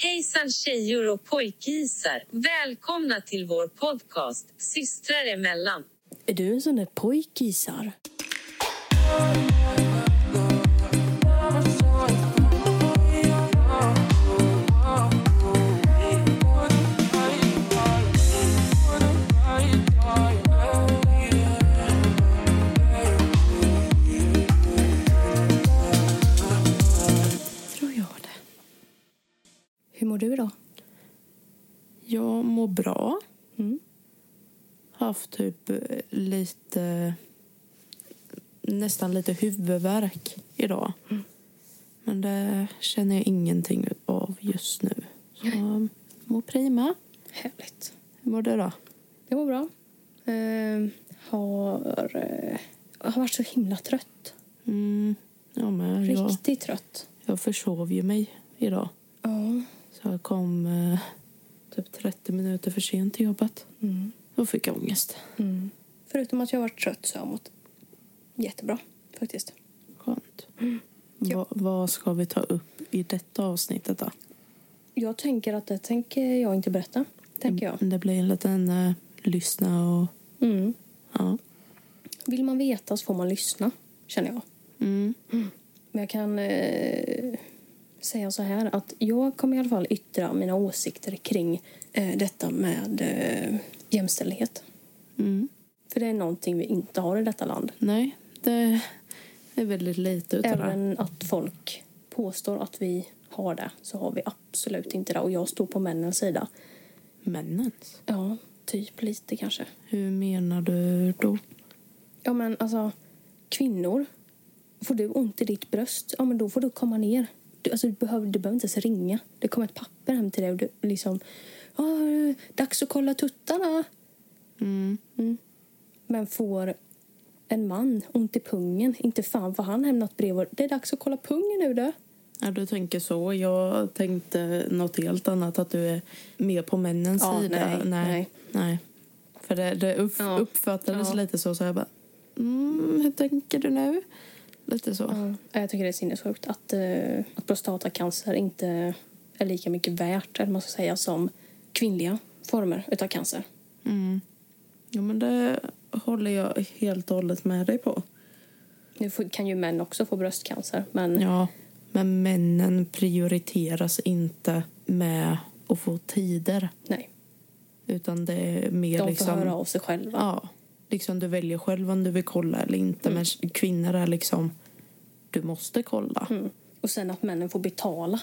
Hejsan tjejor och pojkisar! Välkomna till vår podcast Systrar emellan. Är du en sån där pojkisar? Tror jag det. Hur mår du då? Jag mår bra. Mm. Haft typ eh, lite... Nästan lite huvudvärk idag. Mm. Men det känner jag ingenting av just nu. Så jag mår prima. Härligt. Hur mår du då? Jag mår bra. Ehm, har, eh, jag har varit så himla trött. Mm, ja, men jag, Riktigt trött. jag försov ju mig idag. Ja. Så jag kom eh, typ 30 minuter för sent till jobbet. Mm. Då fick jag ångest. Mm. Förutom att jag har varit trött så har jag mått jättebra faktiskt. Skönt. Mm. Ja. Va, vad ska vi ta upp i detta avsnittet då? Jag tänker att det tänker jag inte berätta. Tänker jag. Det blir en liten eh, lyssna och... Mm. Ja. Vill man veta så får man lyssna, känner jag. Mm. Men jag kan eh, säga så här att jag kommer i alla fall yttra mina åsikter kring eh, detta med eh, jämställdhet. Mm. För det är någonting vi inte har i detta land. Nej, det är väldigt lite utav det. Även att folk påstår att vi har det, så har vi absolut inte det. Och jag står på männens sida. Männens? Ja, typ lite kanske. Hur menar du då? Ja, men alltså, kvinnor. Får du ont i ditt bröst, ja men då får du komma ner. Du, alltså, du, behöver, du behöver inte ens ringa. Det kommer ett papper hem till dig och du liksom... "Ja, eh, dags att kolla tuttarna. Mm. Men får en man ont i pungen, inte fan får han hem något brev och det är dags att kolla pungen nu du. Ja, du tänker så. Jag tänkte något helt annat, att du är mer på männens Ja, sida. nej, nej. nej. nej. För det, det upp, Ja. uppfattades Ja. lite så, så jag bara... Mm, hur tänker du nu? Lite så. Ja, jag tycker det är sinnessjukt att, eh, att prostatacancer inte är lika mycket värt, eller vad man ska säga, som kvinnliga former utav cancer. Mm. Ja, men det håller jag helt och hållet med dig på. Nu får- kan ju män också få bröstcancer, men Ja, men männen prioriteras inte med att få tider. nej. Utan det är mer De liksom... får höra av sig själva. Ja, liksom du väljer själv om du vill kolla eller inte. Mm. Men kvinnor är liksom... Du måste kolla. Mm. Och sen att männen får betala.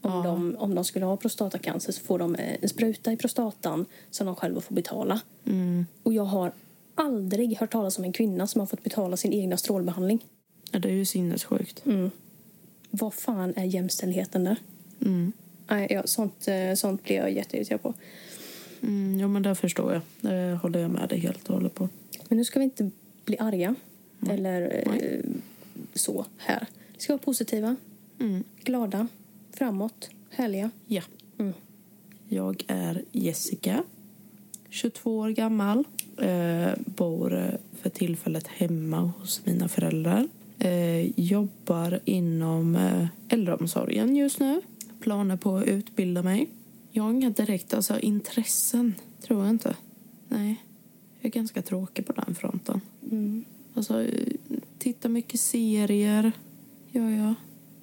Om, de, om de skulle ha prostatacancer så får de eh, en spruta i prostatan som de själva får betala. Mm. Och jag har aldrig hört talas om en kvinna som har fått betala sin egna strålbehandling. Ja, det är ju sinnessjukt. Mm. Vad fan är jämställdheten där? Nej, ja, sånt, eh, sånt blir jag jätteirriterad på. Mm, ja, men det förstår jag. Det håller jag med dig helt och hållet på. Men nu ska vi inte bli arga eller eh, så här. Vi ska vara positiva, Mm. glada, framåt, härliga. Ja. Mm. Jag är Jessica, 22 år gammal. Eh, bor eh, för tillfället hemma hos mina föräldrar. Eh, jobbar inom eh, äldreomsorgen just nu. Planer på att utbilda mig. Jag har inga direkt alltså, intressen, tror jag inte. Nej, jag är ganska tråkig på den fronten. Mm. Alltså, eh, tittar mycket serier, gör jag.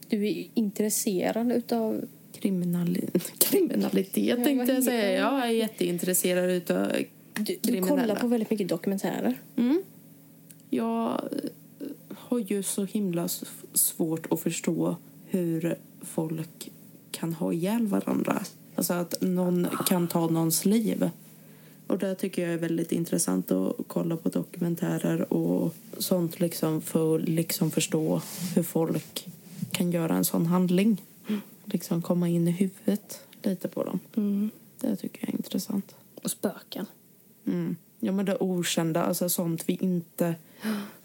Du är intresserad utav Kriminali- kriminalitet vad tänkte jag heter säga. det? Jag är jätteintresserad utav Du, du kriminella. kollar på väldigt mycket dokumentärer. Mm. Jag eh, har ju så himla s- svårt att förstå hur folk kan ha ihjäl varandra. Alltså att någon kan ta någons liv. Och det tycker jag är väldigt intressant att kolla på dokumentärer och sånt liksom för att liksom förstå hur folk kan göra en sån handling. Mm. Liksom komma in i huvudet lite på dem. Mm. Det tycker jag är intressant. Och spöken. Mm. Ja, men det okända, alltså sånt vi inte...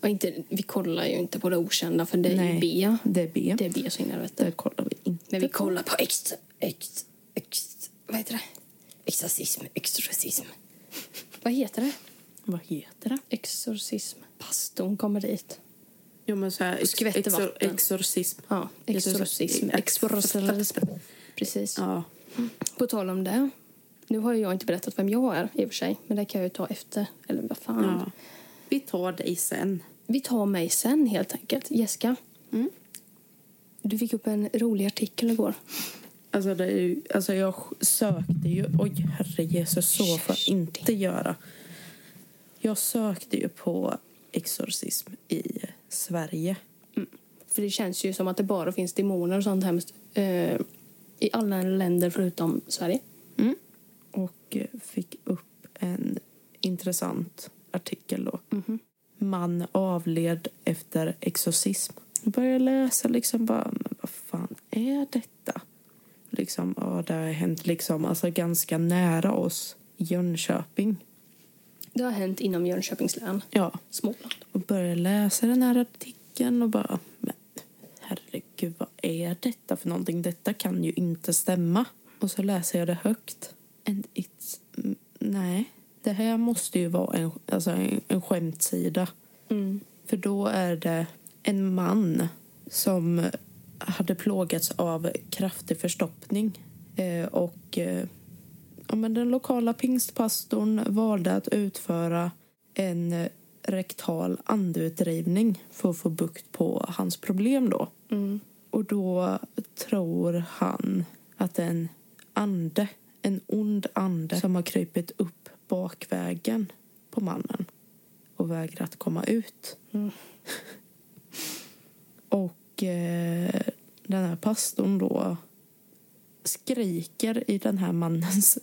Och inte, vi kollar ju inte på det okända för det är ju B. Det är B. Det är B så in i helvete. Det kollar vi inte. Men vi kollar på ex... ex... ex... vad heter det? Exorcism, exorcism. vad heter det? Vad heter det? Exorcism. Pastorn kommer dit. Jo, men så här, ex- skvätter exor- vatten. exorcism. Ja, Jag tror så- exorcism. ex- Exorcism. precis. Ja. På tal om det. Nu har ju jag inte berättat vem jag är i och för sig. Men det kan jag ju ta efter. Eller vad fan. ja. Vi tar dig sen. Vi tar mig sen helt enkelt. Jessica. Mm. Du fick upp en rolig artikel igår. Alltså, det är ju, alltså jag sökte ju... Oj, herre Jesus, så får jag inte göra. Jag sökte ju på exorcism i Sverige. För det känns ju som att det bara finns demoner och sånt hemskt. Eh, I alla länder förutom Sverige. och eh, fick upp en intressant artikel då. Man avled efter exorcism. Jag började läsa liksom bara, men vad fan är detta? Liksom, ja, det har hänt liksom, alltså ganska nära oss i Jönköping. Det har hänt inom Jönköpings län. Ja, Småland. och började läsa den här artikeln och bara, men herregud, vad är detta för någonting? Detta kan ju inte stämma. Och så läser jag det högt. And it's, mm, nej, det här måste ju vara en, alltså en, en skämtsida. För då är det en man som hade plågats av kraftig förstoppning. Eh, och eh, ja, men den lokala pingstpastorn valde att utföra en eh, rektal andeutdrivning för att få bukt på hans problem. då. Mm. Och då tror han att en ande, en ond ande som har krypit upp bakvägen på mannen och vägrat komma ut. och eh, den här pastorn då skriker i den här mannens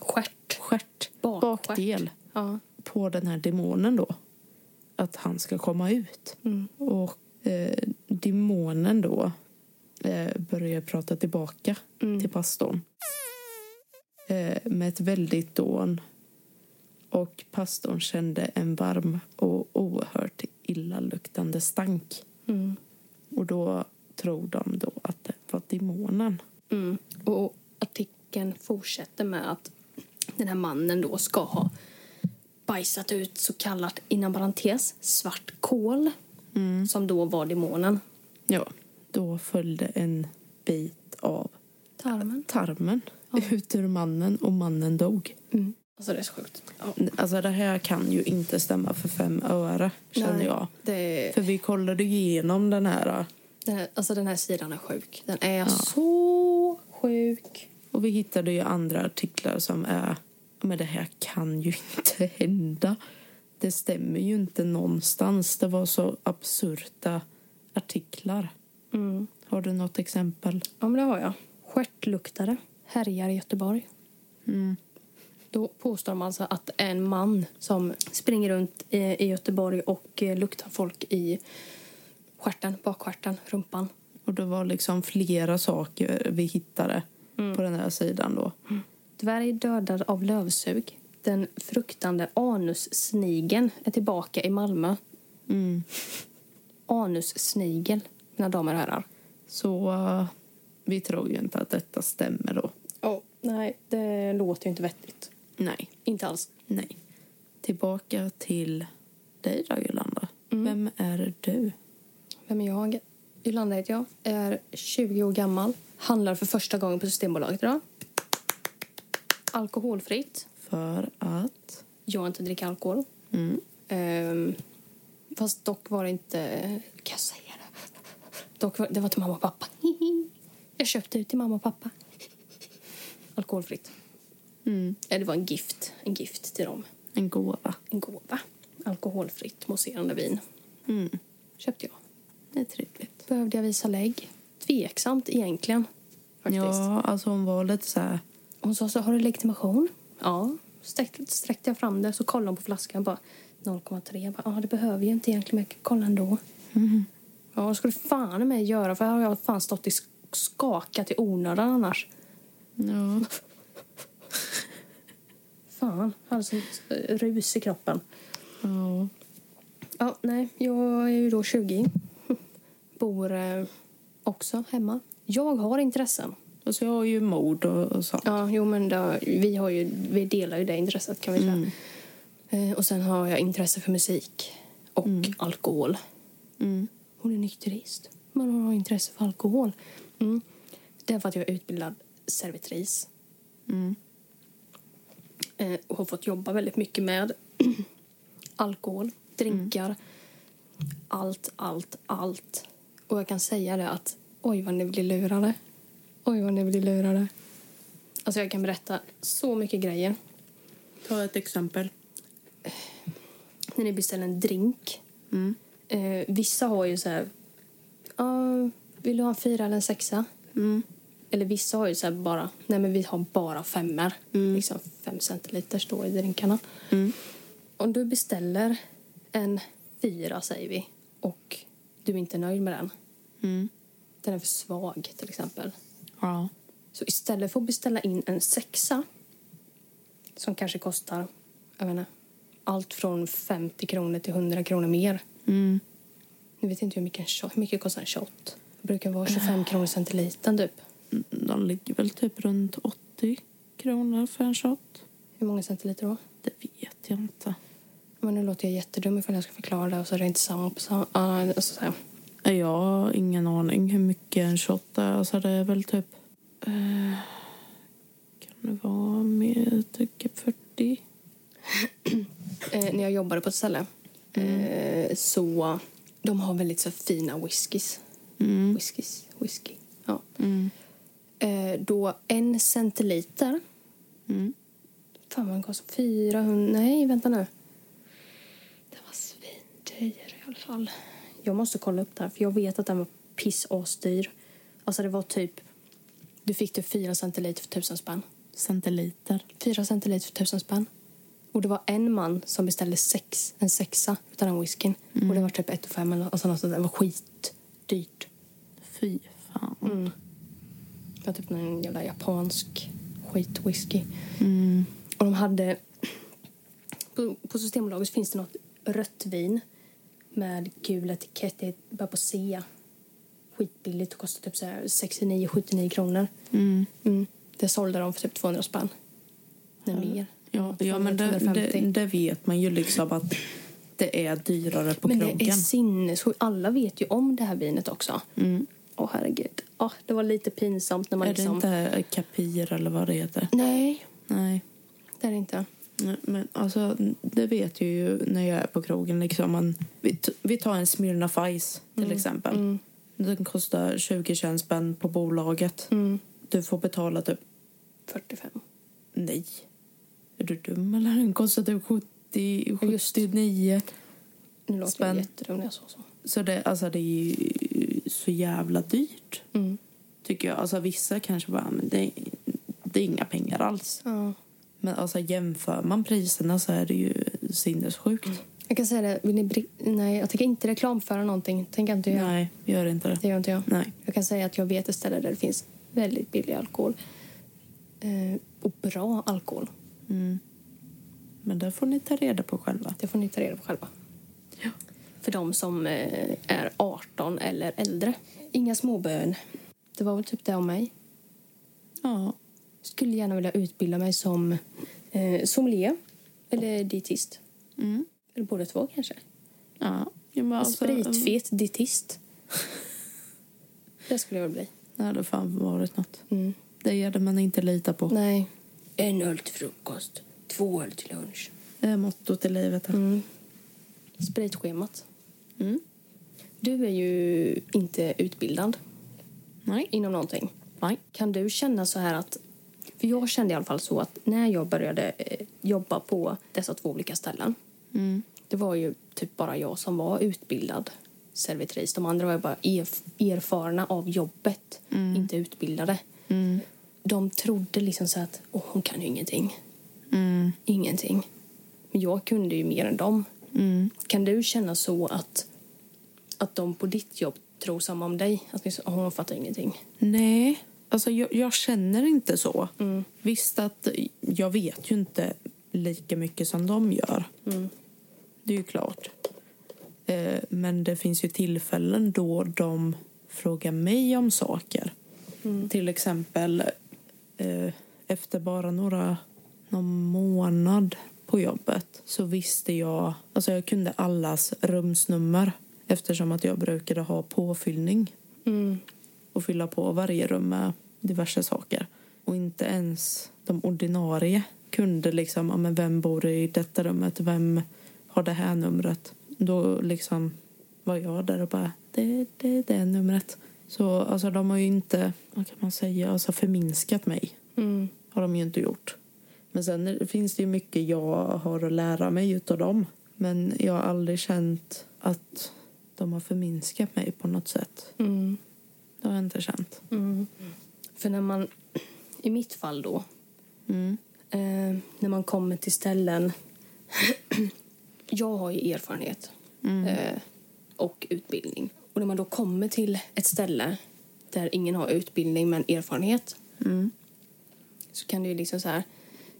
Stjärt. stjärt, Bakstjärt. bakdel, Ja. på den här demonen då. Att han ska komma ut. Mm. Och eh, demonen då eh, börjar prata tillbaka Mm. till pastorn. Eh, med ett väldigt dån. Och pastorn kände en varm och oerhört illaluktande stank. Mm. Och då tror de då att det var demonen. Mm. Och artikeln fortsätter med att den här mannen då ska ha bajsat ut så kallat, inom parentes, svart kol. Som då var demonen. Ja, då följde en bit av Tarmen. tarmen ut ur mannen och mannen dog. Alltså det är så sjukt. Ja. Alltså det här kan ju inte stämma för fem öre, känner Nej, jag. Det är, För vi kollade igenom den här den här, alltså den här sidan är sjuk. Den är så sjuk. och vi hittade ju andra artiklar som är men det här kan ju inte hända. Det stämmer ju inte någonstans. Det var så absurda artiklar. Mm. Har du något exempel? Ja, men det har jag. Stjärtluktare härjar i Göteborg. Mm. Då påstår man alltså att det är en man som springer runt i, i Göteborg och eh, luktar folk i stjärten, bakstjärten, rumpan. Och det var liksom flera saker vi hittade Mm. på den här sidan då. Dvärg dödad av lövsug. Den fruktande anussnigeln är tillbaka i Malmö. Mm. Anussnigel, mina damer och herrar. Så eh, vi tror ju inte att detta stämmer då. Oh, nej, det låter ju inte vettigt. Nej. Inte alls. Nej. Tillbaka till dig då, Jolanda. Vem är du? Vem är jag? Yolanda heter jag, är 20 år gammal, handlar för första gången på Systembolaget idag. Alkoholfritt. För att... Jag inte dricker alkohol. Mm. Ehm, fast dock var det inte... Kan jag säga det? Dock var, det var till mamma och pappa. Jag köpte ut till mamma och pappa. Alkoholfritt. Mm. Eh, Det var en gift, en gift till dem. En gåva. En gåva. Alkoholfritt mousserande vin Mm. köpte jag. Det är trevligt. Behövde jag visa lägg? Tveksamt egentligen. Faktiskt. Ja, alltså hon var lite så här... Hon sa så, har du legitimation? Ja. Sträckte, sträckte jag fram det så kollade hon på flaskan bara 0,3. Jag bara, ja det behöver jag inte egentligen men jag kan kolla ändå. Ja, det skulle du fan i mig göra för här har jag fan stått i sk- skakat i onödan annars. Ja. Fan, jag hade sånt eh, rus i kroppen. ja. Ja, nej, jag är ju då 20. Bor eh, också hemma. Jag har intressen. Alltså jag har ju mod och, och sånt. Ja, jo, men då, vi, har ju, vi delar ju det intresset kan vi säga. Eh, och sen har jag intresse för musik och alkohol. Mm. Hon är nykterist, men hon har intresse för alkohol. Mm. Det är för att jag är utbildad servitris. Mm. Eh, och har fått jobba väldigt mycket med alkohol, drinkar, allt, allt, allt. Och jag kan säga det att oj vad ni blir lurade. Oj vad ni blir lurade. Alltså jag kan berätta så mycket grejer. Ta ett exempel. när ni beställer en drink. Eh, vissa har ju så här... "Ah, vill du ha en fyra eller en sexa? Eller vissa har ju så här bara... Nej, men vi har bara femmer. Liksom fem centiliter står i drinkarna. Om du beställer en fyra, säger vi, och du är inte nöjd med den. Mm. Den är för svag, till exempel. Ja. Så istället för att beställa in en sexa som kanske kostar jag vet inte, allt från 50 kronor till 100 kronor mer. Mm. Nu vet jag inte hur mycket, en shot, hur mycket kostar en shot. Det brukar vara 25 kronor centilitern typ. De ligger väl typ runt 80 kronor för en shot. Hur många centiliter då? Det vet jag inte. Men nu låter jag jättedum ifall jag ska förklara det och så är det inte samma på samma... ah, alltså, så här. Nej, Jag har ingen aning hur mycket en shot är. Alltså det är väl typ... eh, kan det vara mer, typ 40? eh, när jag jobbade på ett ställe. Eh, så de har väldigt så här fina whiskys. Whiskys? Whisky. Ja. Eh, då en centiliter... Mm. Fan, vad den kostar 400... Nej, vänta nu. Den var svindyr i alla fall. Jag måste kolla upp det här, för jag vet att den var pissasdyr. Alltså, det var typ... Du fick typ fyra centiliter för tusen spänn Centiliter. fyra centiliter för tusen spänn. Och det var en man som beställde sex, en sexa utan den whiskyn. Och det var typ ett och fem eller alltså, alltså, det var skitdyrt. Fy fan. Mm. Det var typ någon jävla japansk skitwhisky. Mm. Och de hade... På, på Systembolaget finns det något rött vin med gul etikett. Det börjar på C. Skitbilligt. Det kostar typ så här 69-79 kronor. Mm. Det sålde de för typ 200 spänn. Nej, mer. Ja, ja men det, 250. det, det vet man ju liksom att det är dyrare på Men krogen. det är sinnessjukt. Alla vet ju om det här vinet också. Åh, herregud. Åh, det var lite pinsamt när man Mm. Är det liksom... inte kapir eller vad det heter? Nej, Nej. det är det inte. Nej, Men alltså, det vet jag ju när jag är på krogen. Liksom. Man, vi, t- vi tar en Smirnoff Ice till exempel. Den kostar 20 spänn på bolaget. Mm. Du får betala typ... 45. Nej. Är du dum eller? Den kostar typ 70, Just. 79. Nu låter Spänn. jag jättedum när jag sa så. Så det, alltså, det är ju så jävla dyrt. Mm. Tycker jag. Alltså, vissa kanske bara, men det, det är inga pengar alls. Ja. Men alltså, jämför man priserna så är det ju sinnessjukt. Jag kan säga det, vill ni bri- Nej, jag tänker inte reklamföra någonting. Tänker inte jag. Nej, gör inte det. Det gör inte jag. Nej. Jag kan säga att jag vet ett ställe där det finns väldigt billig alkohol. Eh, och bra alkohol. Mm. Men det får ni ta reda på själva. Det får ni ta reda på själva. För de som eh, är 18 eller äldre. Inga småbön. Det var väl typ det om mig. Ja. Skulle gärna vilja utbilda mig som eh, sommelier eller dietist. Mm. Eller båda två kanske. Ja. ja men alltså, Spritfet dietist. det skulle jag väl bli. mm. Det hade fan varit något. Mm. Det hade man inte lita på. Nej. En öl till frukost, två öl till lunch. Det är mottot i livet. här. Mm. Spritschemat. Mm. Du är ju inte utbildad Nej. inom någonting. Nej. Kan du känna så här att... För jag kände i alla fall så att när jag började eh, jobba på dessa två olika ställen. Mm. Det var ju typ bara jag som var utbildad servitris. De andra var ju bara erf- erfarna av jobbet, Mm. inte utbildade. De trodde liksom så att Åh, hon kan ju ingenting. Ingenting. Men jag kunde ju mer än dem. Kan du känna så att, att de på ditt jobb tror samma om dig? Att ni, så, "Åh, hon fattar ingenting. Nej. Alltså, jag, jag känner inte så. Visst att jag vet ju inte lika mycket som de gör. Det är ju klart. Eh, men det finns ju tillfällen då de frågar mig om saker. Till exempel eh, efter bara några, någon månad på jobbet så visste jag... Alltså jag kunde allas rumsnummer eftersom att jag brukade ha påfyllning och fylla på varje rum med diverse saker. Och Och inte ens de ordinarie kunde liksom, ja, men vem bor i detta rummet, vem har det här numret? Då liksom var jag där och bara, det, det är det numret. Så alltså de har ju inte, vad kan man säga, alltså förminskat mig. Mm, Har de ju inte gjort. Men sen är- finns det ju mycket jag har att lära mig utav dem. Men jag har aldrig känt att de har förminskat mig på något sätt. Mm. Det har jag inte känt. Mm. För när man, i mitt fall då, Mm. eh, när man kommer till ställen... jag har ju erfarenhet eh, och utbildning. Och när man då kommer till ett ställe där ingen har utbildning men erfarenhet Mm. så kan det ju liksom så här...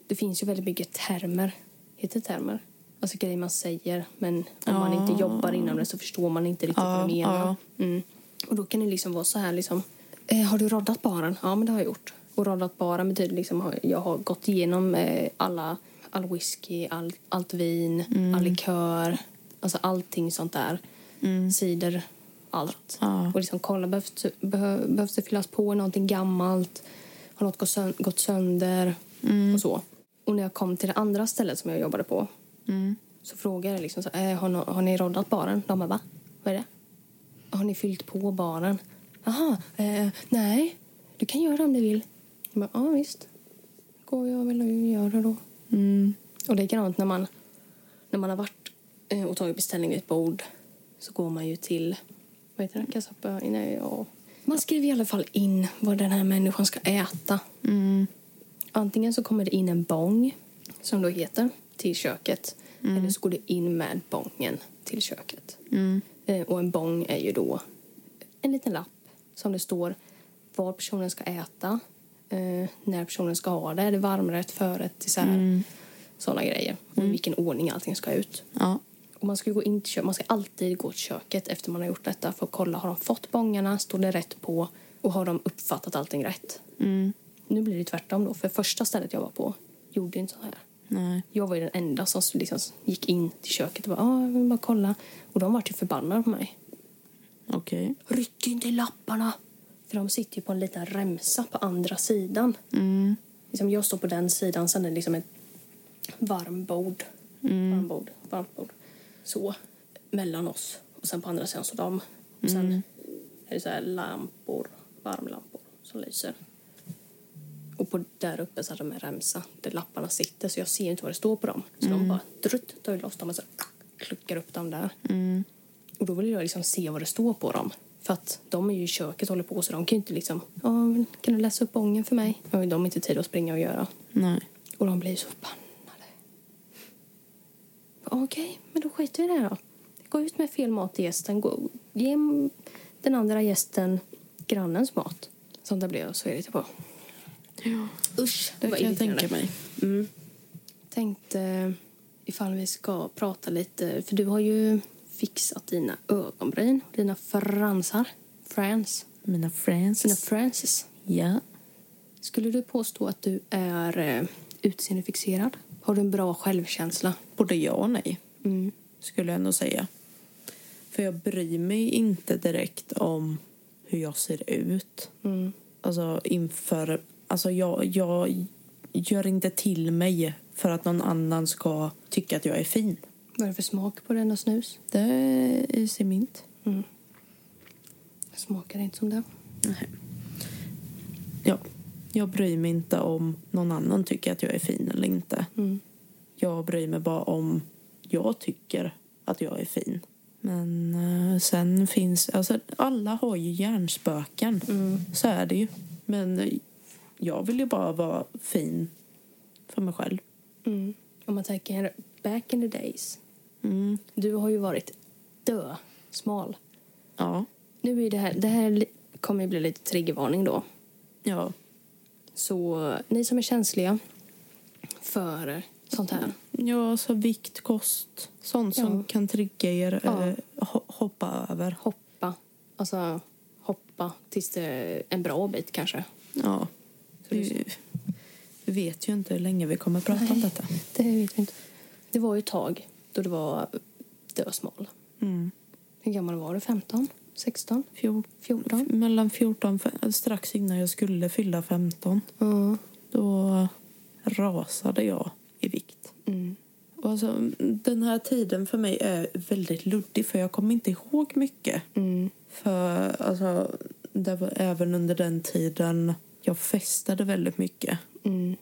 Det finns ju väldigt mycket termer. Heter det termer? Alltså grejer man säger, men om man inte jobbar inom det så förstår man inte riktigt Ja, vad de menar. ja. Mm. Och då kan det liksom vara så här liksom. Eh, har du roddat baren? Ja, men det har jag gjort. Och roddat baren betyder liksom har- jag har gått igenom eh, alla, all whisky, all, allt vin, all likör, alltså allting sånt där. Cider, allt. Ja. Och liksom kolla, behövs, behö- behövs det fyllas på någonting gammalt? Har något gått, sön- gått sönder? Och så. Och när jag kom till det andra stället som jag jobbade på Mm. så frågade jag liksom så, här, eh, har, no- har ni roddat baren? De bara, va? Vad är det? Har ni fyllt på baren? Jaha, eh, nej. Du kan göra om du vill. Jag bara, ja visst. Går jag väl och gör det då. Mm. Och likadant när man, när man har varit eh, och tagit beställning vid ett bord så går man ju till... Vad heter det? Kassappa? Nej, ja. Man skriver i alla fall in vad den här människan ska äta. Mm. Antingen så kommer det in en bong, som då heter, till köket. Eller så går det in med bongen till köket. Eh, Och en bong är ju då en liten lapp som det står vad personen ska äta, eh, när personen ska ha det. Är det varmrätt, förrätt, dessert? Sådana grejer. Och i vilken ordning allting ska ut. Ja. Och man, ska ju gå in till kö- man ska alltid gå till köket efter man har gjort detta för att kolla har de fått bångarna, står det rätt på och har de uppfattat allting rätt. Nu blir det tvärtom då, för första stället jag var på gjorde ju inte så här. Nej. Jag var ju den enda som liksom gick in till köket och bara, ah, jag vill bara kolla. Och de var ju förbannade på mig. Okej. Ryck inte i lapparna! För de sitter ju på en liten remsa på andra sidan. Liksom jag står på den sidan, sen är det liksom ett varmbord. Varmbord, varmbord. Så, mellan oss. Och sen på andra sidan så de. Och sen är det så här lampor, varmlampor som lyser. Och på där uppe så hade de en remsa där lapparna sitter så jag ser ju inte vad det står på dem. Så de bara drutt, tar ju loss dem och så kluckar upp dem där. Och då vill jag liksom se vad det står på dem. För att de är ju i köket och håller på så de kan ju inte liksom, ja kan du läsa upp ången för mig? Det har ju de inte tid att springa och göra. Nej. Och de blir så förbannade. Okej, men då skiter vi i det här då. Gå ut med fel mat till gästen. Gå, ge den andra gästen grannens mat. Sånt där blir jag så irriterad på. Usch, Det vad kan jag irriterande. tänka mig. Mm. Tänkte ifall vi ska prata lite, för du har ju fixat dina ögonbryn, dina fransar. Frans. Mina friends. Dina franses. ja. Skulle du påstå att du är eh, utseendefixerad? Har du en bra självkänsla? Både ja och nej, skulle jag ändå säga. För jag bryr mig inte direkt om hur jag ser ut. Mm. Alltså inför... Alltså jag, jag gör inte till mig för att någon annan ska tycka att jag är fin. Vad är det för smak på denna snus? Det är cement. Smakar inte som det. Ja. Jag bryr mig inte om någon annan tycker att jag är fin eller inte. Mm. Jag bryr mig bara om jag tycker att jag är fin. Men eh, sen finns... Alltså, alla har ju hjärnspöken. Mm. Så är det ju. Men eh, jag vill ju bara vara fin för mig själv. Mm. Om man tänker back in the days. Du har ju varit dö smal. Ja. Nu är det här, det här li- kommer ju bli lite triggervarning då. Ja. Så eh, ni som är känsliga för eh, sånt här. Ja, så vikt, kost. Sånt som Ja. kan trigga er Ja. eller ho- hoppa över. Hoppa. Alltså hoppa tills det är en bra bit kanske. Ja. Vi, vi vet ju inte hur länge vi kommer prata om detta. Det vet vi inte. Det var ju ett tag då det var dösmal. Mm. Hur gammal var du? 15? 16? Fjort, 14? mellan 14 fe- eh, strax innan jag skulle fylla 15. Ja. Då rasade jag i vikt. Och alltså, den här tiden för mig är väldigt luddig för jag kommer inte ihåg mycket. För alltså, det var även under den tiden jag festade väldigt mycket. Mm.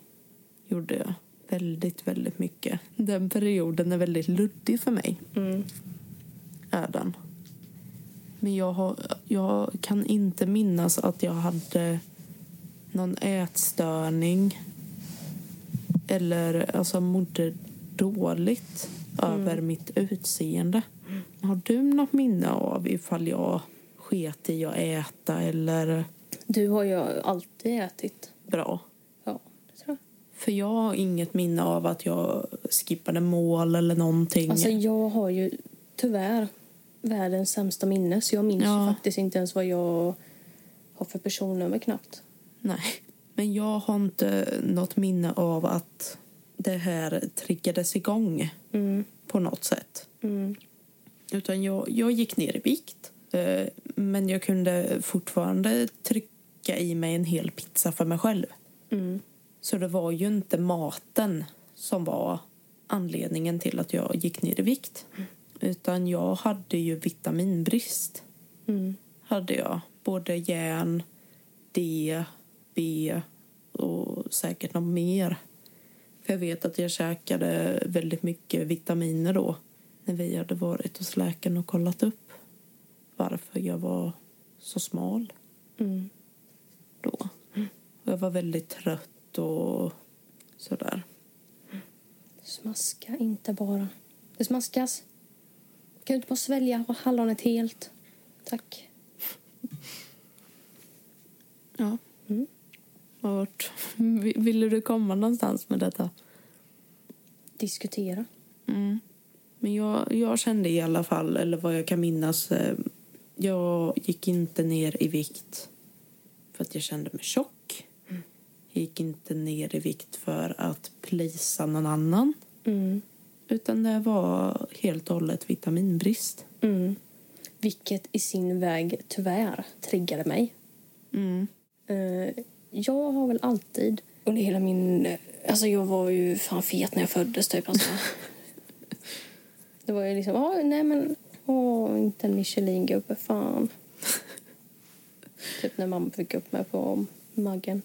Gjorde jag. Väldigt, väldigt mycket. Den perioden är väldigt luddig för mig. Är den. Men jag, har, jag kan inte minnas att jag hade någon ätstörning eller alltså mådde dåligt över mitt utseende. Har du något minne av ifall jag sket i att äta eller Du har ju alltid ätit. bra? Ja, det tror jag. För jag har inget minne av att jag skippade mål eller någonting. Alltså jag har ju tyvärr världens sämsta minne så jag minns Ja. ju faktiskt inte ens vad jag har för personnummer knappt. Nej. Men jag har inte något minne av att det här triggades igång på något sätt. Utan jag, jag gick ner i vikt. eh, Men jag kunde fortfarande trycka i mig en hel pizza för mig själv. Så det var ju inte maten som var anledningen till att jag gick ner i vikt. Utan jag hade ju vitaminbrist. Mm. Hade jag. Både järn, D, B och säkert något mer. För jag vet att jag käkade väldigt mycket vitaminer då när vi hade varit hos läkaren och kollat upp varför jag var så smal Mm. då. Och jag var väldigt trött och sådär. Smaska inte bara. Det smaskas. Kan du inte bara svälja hallonet helt? Tack. Ja. Mm. Vart vi- ville du komma någonstans med detta? Diskutera. Men jag, jag kände i alla fall, eller vad jag kan minnas, eh, jag gick inte ner i vikt för att jag kände mig tjock. Jag gick inte ner i vikt för att plisa någon annan. Utan det var helt och hållet vitaminbrist. Vilket i sin väg tyvärr triggade mig. Eh, jag har väl alltid under hela min... Alltså jag var ju fan fet när jag föddes typ. Alltså. det var ju liksom, ah, nej men, åh, inte en Michelin-gubbe, fan. typ när mamma fick upp mig på magen.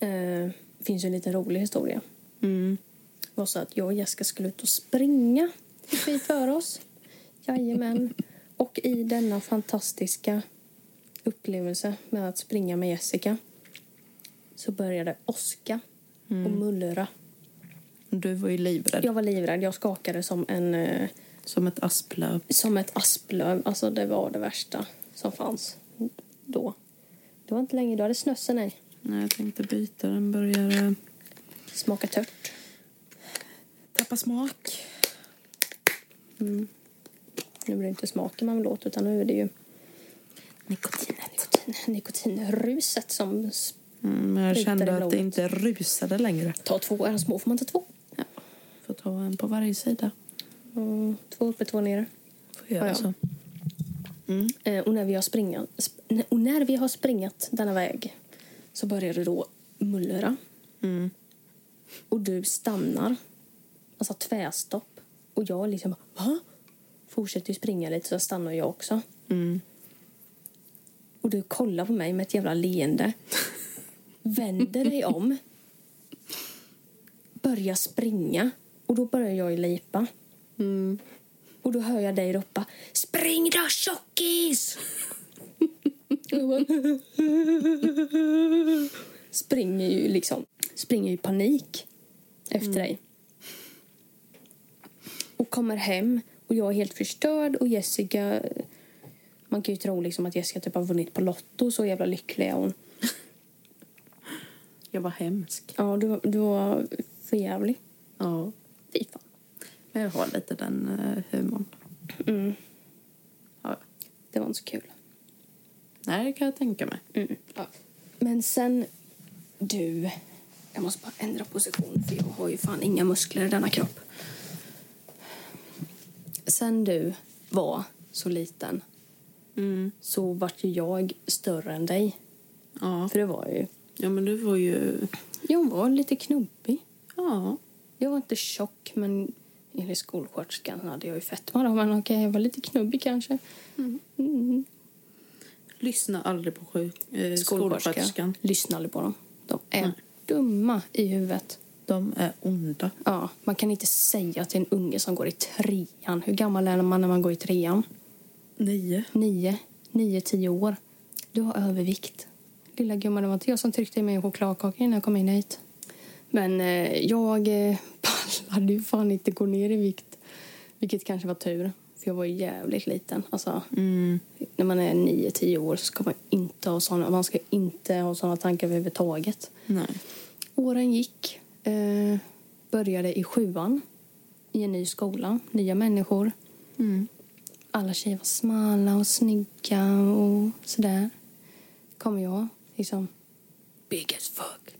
Eh, finns ju en liten rolig historia. Det var så att jag och Jessica skulle ut och springa. Fick vi för oss. Jajamän. Och i denna fantastiska upplevelse med att springa med Jessica så började åska och mullra. Du var ju livrädd. Jag var livrädd. Jag skakade som, en, eh, Som ett asplöv. som ett asplöv. Alltså, det var det värsta som fanns då. Det var inte länge. Då hade snössen ej. Nej, jag tänkte byta. Den börjar eh, Smaka tört. tappa smak. Nu blir det inte smaken man vill åt, utan nu är det ju Nikotinen. nikotin, nikotinruset som... s- Mm, men jag Lutar i kände att det blodet. inte rusade längre. Ta två, är de små får man ta två. Ja. Får ta en på varje sida. Mm, Två uppe, två nere. Får alltså. göra Ja, ja. så. Eh, Och när vi har springat, sp- nä- och när vi har springat denna väg så börjar det då mullra. Och du stannar. Alltså tvärstopp. Och jag liksom bara, va? Fortsätter ju springa lite så stannar jag också. Och du kollar på mig med ett jävla leende. Vänder dig om. Börjar springa. Och då börjar jag ju lipa. Och då hör jag dig ropa Spring då tjockis! Och jag bara, springer ju liksom springer i panik efter dig. Och kommer hem och jag är helt förstörd och Jessica man kan ju tro liksom att Jessica typ har vunnit på Lotto så jävla lycklig är hon. Jag var hemsk. Ja, du, var- du var för jävlig. Ja. Fy fan. Men jag har lite den uh, humorn. Ja. Det var inte så kul. Nej, det kan jag tänka mig. Ja. Men sen, du. Jag måste bara ändra position för jag har ju fan inga muskler i denna kropp. Sen du var så liten så vart ju jag större än dig. Ja. För det var jag ju. ja, men du var ju... Jag var lite knubbig. Ja. Jag var inte tjock, men enligt skolsköterskan hade jag ju fetma. Då, men okej, jag var lite knubbig kanske. Lyssna aldrig på sjuk... Eh, skolsköterskan. Lyssna aldrig på dem. De är dumma i huvudet. De är onda. Ja, man kan inte säga till en unge som går i trean. Hur gammal är man när man går i trean? Nio. Nio, nio, tio år. Du har övervikt. Lilla gumman, det var inte jag som tryckte i mig en chokladkaka innan jag kom in hit. Men eh, jag eh, pallade ju fan inte gå ner i vikt. Vilket kanske var tur, för jag var ju jävligt liten. Alltså, Mm. När man är nio, tio år så ska man inte ha såna, man ska inte ha såna tankar överhuvudtaget. Nej. Åren gick. Eh, började i sjuan, i en ny skola, nya människor. Mm. Alla tjejer var smala och snygga och sådär. Kommer jag liksom... Big as fuck.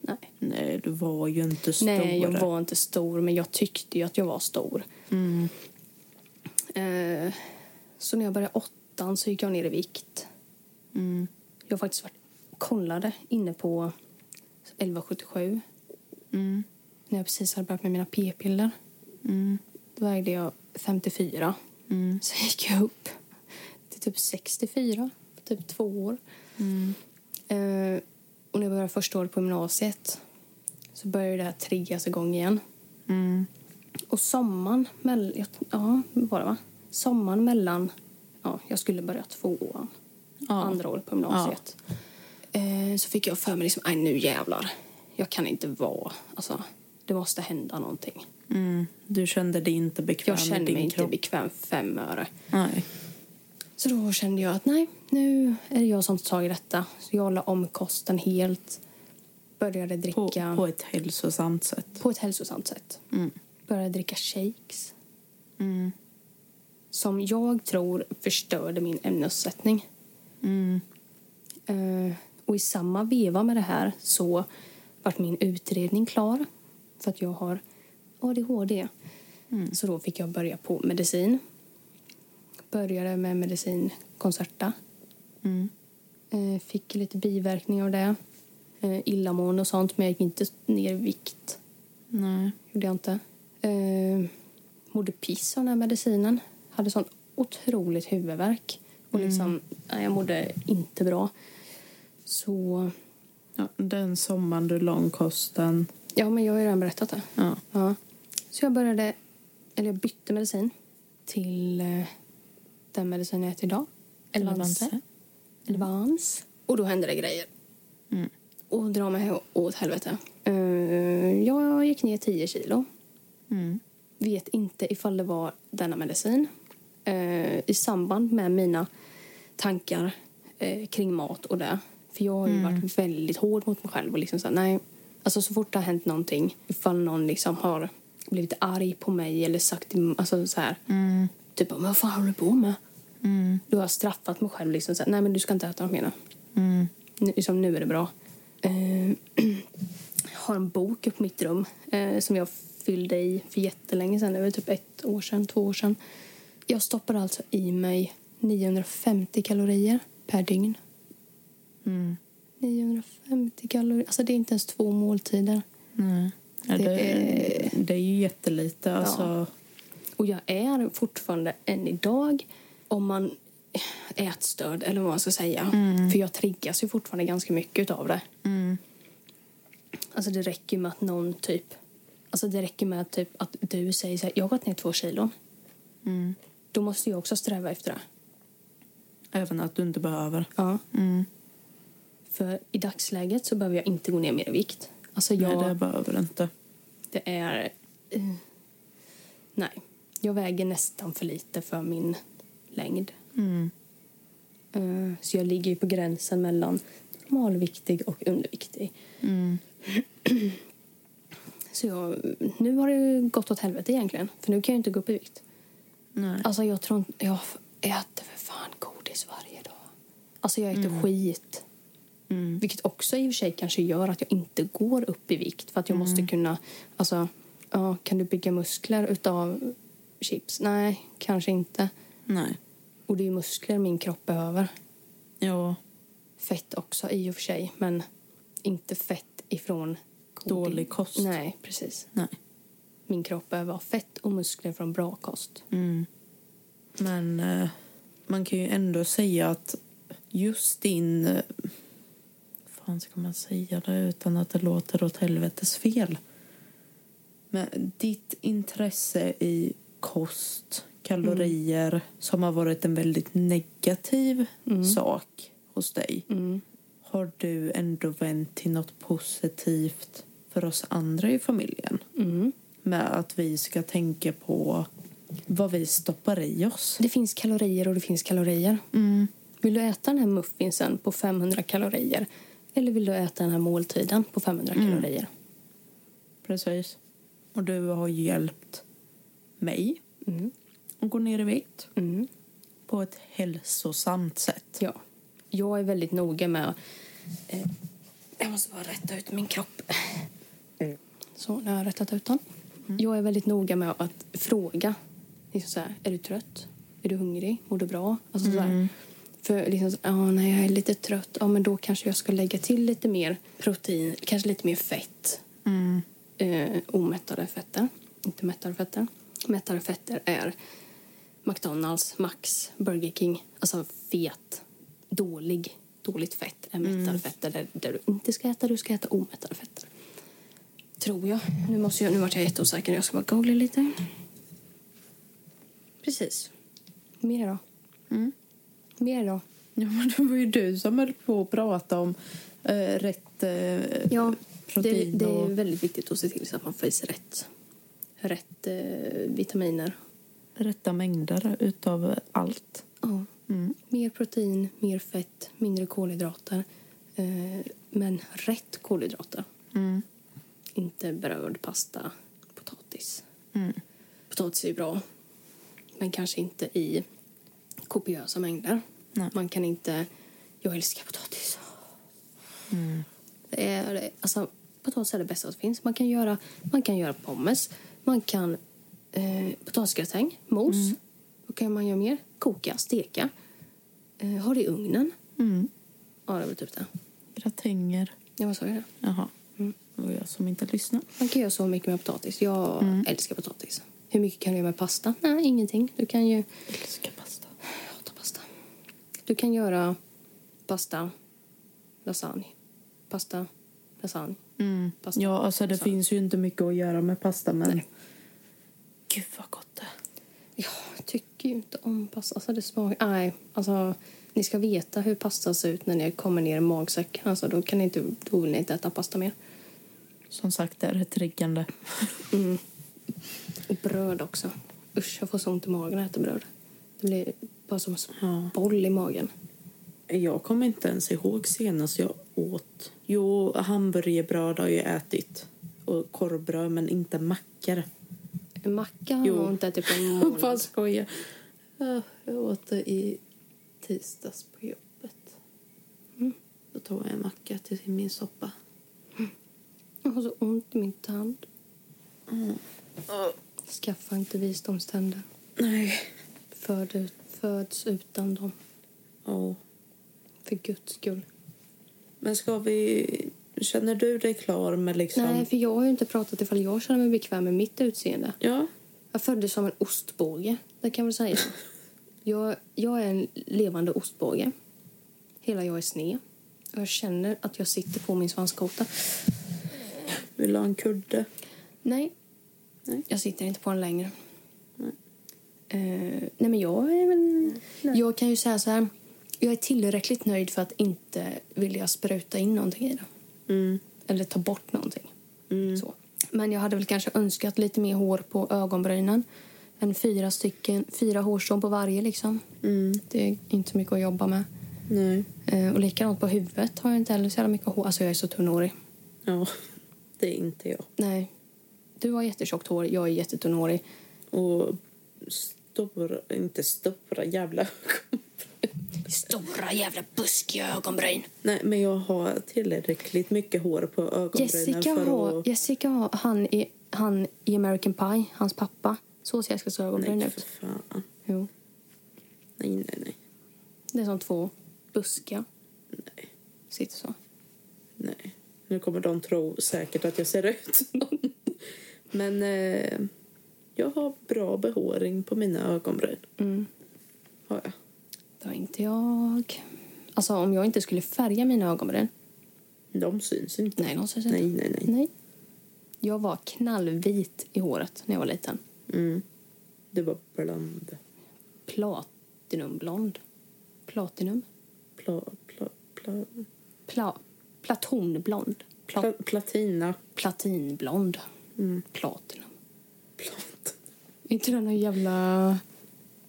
Nej. Nej, du var ju inte stor. Nej, jag var inte stor, men jag tyckte ju att jag var stor. Mm, Eh, så när jag började åttan så gick jag ner i vikt. mm, Jag har faktiskt varit kollade inne på 1177 mm, när jag precis hade börjat med mina p-piller. Då vägde jag 54. Så gick jag upp till typ 64 på typ två år. Eh, och när jag började första året på gymnasiet så började det här triggas igång igen. Och sommaren mellan... Ja, det var det va? Sommaren mellan... Ja, jag skulle börja tvåan. Andra året på gymnasiet. Eh, så fick jag för mig liksom, "Aj, nu jävlar. Jag kan inte vara... Alltså, det måste hända någonting. Mm. Du kände dig inte bekväm Jag i kände din mig kropp. inte bekväm fem öre. Nej. Så då kände jag att nej, nu är det jag som tar tag i detta. Så jag la om kosten helt. Började På, dricka... på ett hälsosamt sätt. på ett hälsosamt sätt. Började dricka shakes. Som jag tror förstörde min ämnessättning. Eh, och i samma veva med det här så vart min utredning klar. För att jag har ADHD. Så då fick jag börja på medicin. Började med medicin Concerta. Eh, fick lite biverkningar av det. Eh, illamående och sånt, men jag gick inte ner i vikt. Nej. Gjorde jag inte. Eh, mådde piss av den här medicinen. Hade sån otroligt huvudvärk. Och liksom, nej, jag mådde inte bra. Så, Ja, den sommaren du la om kosten. ja men jag har ju redan berättat det. Ja. Ja. Så jag började, eller jag bytte medicin till eh, den medicin jag äter idag. Elvanse. Elvans. Och då hände det grejer. Och dra mig hå- åt helvete. Eh, jag gick ner 10 kilo. Mm. Vet inte ifall det var denna medicin. Eh, I samband med mina tankar eh, kring mat och det. För jag har ju varit väldigt hård mot mig själv. Och liksom så, här, nej. Alltså så fort det har hänt någonting, ifall någon liksom har blivit arg på mig eller sagt em- alltså så här, typ "Men vad fan håller du på med? Du har straffat mig själv. Liksom, så här, nej men du ska inte äta de mina. Nu, liksom, nu är det bra. Eh, har en bok upp på mitt rum eh, som jag fyllde i för jättelänge sedan. Det var typ ett år sedan, två år sedan. Jag stoppar alltså i mig 950 kalorier per dygn. 950 kalorier. Alltså det är inte ens två måltider. Nej. Mm. Ja, Det det, det, är- är... ju jättelite. Alltså, Och jag är fortfarande än idag, om man ätstörd eller vad man ska säga. Mm. För jag triggas ju fortfarande ganska mycket av det. Alltså det räcker ju med att någon typ, alltså det räcker med typ att du säger så här, jag har gått ner två kilon. Mm. Då måste jag också sträva efter det. Även att du inte behöver. Ja. Mm. För i dagsläget så behöver jag inte gå ner mer i vikt. Alltså jag... Nej, det behöver du inte. Det är... eh, nej. Jag väger nästan för lite för min längd. Eh, så jag ligger ju på gränsen mellan normalviktig och underviktig. så jag, nu har det ju gått åt helvete egentligen. För nu kan jag ju inte gå upp i vikt. Nej. Alltså jag tror inte... Jag äter för fan godis varje dag. Alltså jag äter skit. Vilket också i och för sig kanske gör att jag inte går upp i vikt. För att Mm. jag måste kunna... Alltså, ja, kan du bygga muskler utav chips? Nej, kanske inte. Nej. Och det är ju muskler min kropp behöver. Ja, Fett också i och för sig, men inte fett ifrån godis. Dålig kost. Nej, precis. nej. Min kropp behöver ha fett och muskler från bra kost. Mm. Men eh, man kan ju ändå säga att just din... Eh, fan ska man säga det utan att det låter åt helvetes fel? Men ditt intresse i kost, kalorier Mm. som har varit en väldigt negativ sak hos dig Mm, har du ändå vänt till något positivt för oss andra i familjen. mm. Med att vi ska tänka på vad vi stoppar i oss. Det finns kalorier och det finns kalorier. Vill du äta den här muffinsen på 500 kalorier eller vill du äta den här måltiden på 500 Mm. kalorier? Precis. Och du har ju hjälpt mig Mm. att gå ner i vikt på ett hälsosamt sätt. Ja. Jag är väldigt noga med... Eh, jag måste bara rätta ut min kropp. Så, nu har jag rättat ut den. Jag är väldigt noga med att fråga. Liksom så här, är du trött? Är du hungrig? Mår du bra? Alltså så här. För liksom, så, ah, nej, jag är lite trött. Ja, men då kanske jag ska lägga till lite mer protein, kanske lite mer fett. Eh, omättade fetter. Inte mättade fetter. Mättade fetter är McDonalds, Max, Burger King. Alltså fet, dålig, dåligt fett är mättade fetter. Där, där du inte ska äta, du ska äta omättade fetter. Tror jag. Nu, måste jag, nu vart jag jätteosäker. Jag ska bara googla lite. Precis. Mm. Mer då? Mer då? Ja, men det var ju du som höll på att prata om eh, rätt eh, Ja, det, protein det och... är väldigt viktigt att se till så att man får i sig rätt, rätt eh, vitaminer. rätta mängder utav allt. Mm. Ja. Mer protein, mer fett, mindre kolhydrater. Eh, men rätt kolhydrater. Mm. Inte bröd, pasta, potatis. Mm. Potatis är ju bra, men kanske inte i kopiösa mängder. Nej. Man kan inte... Jag älskar potatis. Det är, alltså, potatis är det bästa som finns. Man kan göra, man kan göra pommes, man kan eh, potatisgratäng, mos. Vad kan man göra mer? Koka, steka. Eh, ha det i ugnen. Mm. Ja, det var typ det. Gratänger. Ja, vad sa jag? Jaha. Det var jag som inte lyssnade. Man kan göra så mycket med potatis. Jag älskar potatis. Hur mycket kan du göra med pasta? Nej, ingenting. Du kan ju... Älskar pasta. Jag hatar pasta. Du kan göra pasta, lasagne. Pasta, lasagne. Mm. Pasta. Ja, alltså det lasagne. finns ju inte mycket att göra med pasta, men... Nej. Gud vad gott det är. Jag tycker ju inte om pasta. Alltså det smakar... Nej, alltså... Ni ska veta hur pasta ser ut när ni kommer ner i magsäcken. Alltså, då, kan ni inte, då vill ni inte äta pasta mer. Som sagt, det är triggande. Och bröd också. Usch, jag får så ont i magen när jag äter bröd. Det blir bara som en boll i magen. Jag kommer inte ens ihåg senast jag åt. Jo, hamburgerbröd har jag ätit. Och korvbröd, men inte mackor. Typ En macka har Jo. jag inte ätit på en Fan, månad. skoja. Ja, Jag åt det i tisdags på jobbet. Då tog jag en macka till min soppa. Jag har så ont i min tand. Skaffa inte visdomständer. Nej. Föd ut, föds utan dem. Ja. För guds skull. Men ska vi... Känner du dig klar med liksom... Nej, för jag har ju inte pratat ifall jag känner mig bekväm med mitt utseende. Ja. Jag föddes som en ostbåge, det kan jag väl säga. jag, jag är en levande ostbåge. Hela jag är sned. Och Jag känner att jag sitter på min svanskota. Vill du ha en kudde? Nej. Nej. Jag sitter inte på den längre. Eh, nej, men jag är väl... Jag kan ju säga så här. Jag är tillräckligt nöjd för att inte vilja spruta in någonting i det. Mm. Eller ta bort någonting. Så. Men jag hade väl kanske önskat lite mer hår på ögonbrynen. En fyra stycken, fyra hårstrån på varje liksom. Det är inte så mycket att jobba med. Nej. Eh, och likadant på huvudet har jag inte heller så jävla mycket hår. Alltså jag är så tunnhårig. Ja. Det är inte jag. Nej. Du har jättetjockt hår, jag är jättetunnhårig. Och stora... Inte stora jävla ögon. Stora jävla buskiga ögonbryn. Nej, men jag har tillräckligt mycket hår på ögonbrynen Jessica för har, att... Jessica har han, i, han i American Pie, hans pappa. Så ser Jessicas ögonbryn Nej, för ut. fan. Jo. Nej, nej, nej. Det är som två buska. nej, Sitter så. nej. Nu kommer de tro säkert att jag ser ut som någon. Men eh, jag har bra behåring på mina ögonbryn. Mm. Har jag. Det har inte jag. Alltså om jag inte skulle färga mina ögonbryn. De syns inte. Nej, de syns inte. Nej, nej, nej. Nej. Jag var knallvit i håret när jag var liten. Mm. Det var bland... Platinumblond. Platinum? Pla, pla, pla, Pla, platonblond. Pla, pla, platina. Mm. platinblond. Platinum. Plant. Är inte den någon jävla...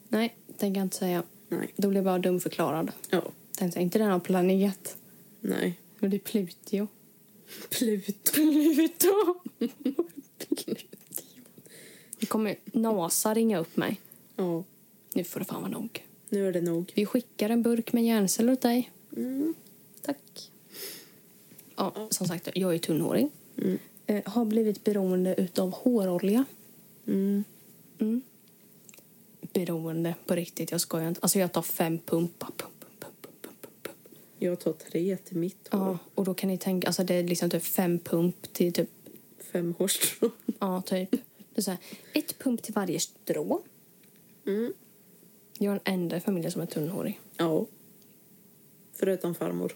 Nej, tänker jag inte säga. Nej. Då blev jag bara dumförklarad. Ja. Tänkte jag, inte den någon planet. Nej. Men det är Plutio. Pluto. Pluto! Plutio. Nu kommer NASA ringa upp mig. Ja. Nu får det fan vara nog. Nu är det nog. Vi skickar en burk med hjärnceller åt dig. Mm. Tack. Ja, som sagt, jag är tunnhårig. Eh, har blivit beroende utav hårolja. Mm. Beroende, på riktigt. Jag skojar inte. Alltså jag tar fem pumpar. Pump, pump, pump, pump, pump, pump. Jag tar tre till mitt hår. Ja, och då kan ni tänka, alltså det är liksom typ fem pump till typ, Fem hårstrån. ja typ. Det är så här, ett pump till varje strå. Mm. Jag är den enda i familjen som är tunnhårig. Ja. Förutom farmor.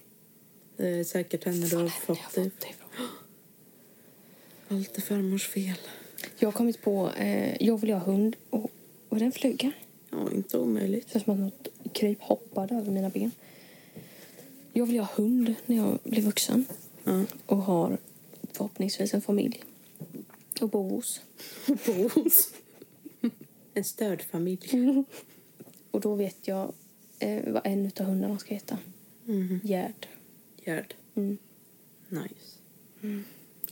Det är säkert henne du Fan, har det har jag fått det. fått det ifrån. Allt är farmors fel. Jag har kommit på, eh, jag vill ha hund och var det en fluga? Ja, inte omöjligt. Det känns som att något kryp hoppade över mina ben. Jag vill ha hund när jag blir vuxen Ja. och har förhoppningsvis en familj och bo hos. Bos. En stödfamilj. Mm. Och då vet jag eh, vad en utav hundarna ska heta. Mm. Gerd. Gerd. Mm. Nice.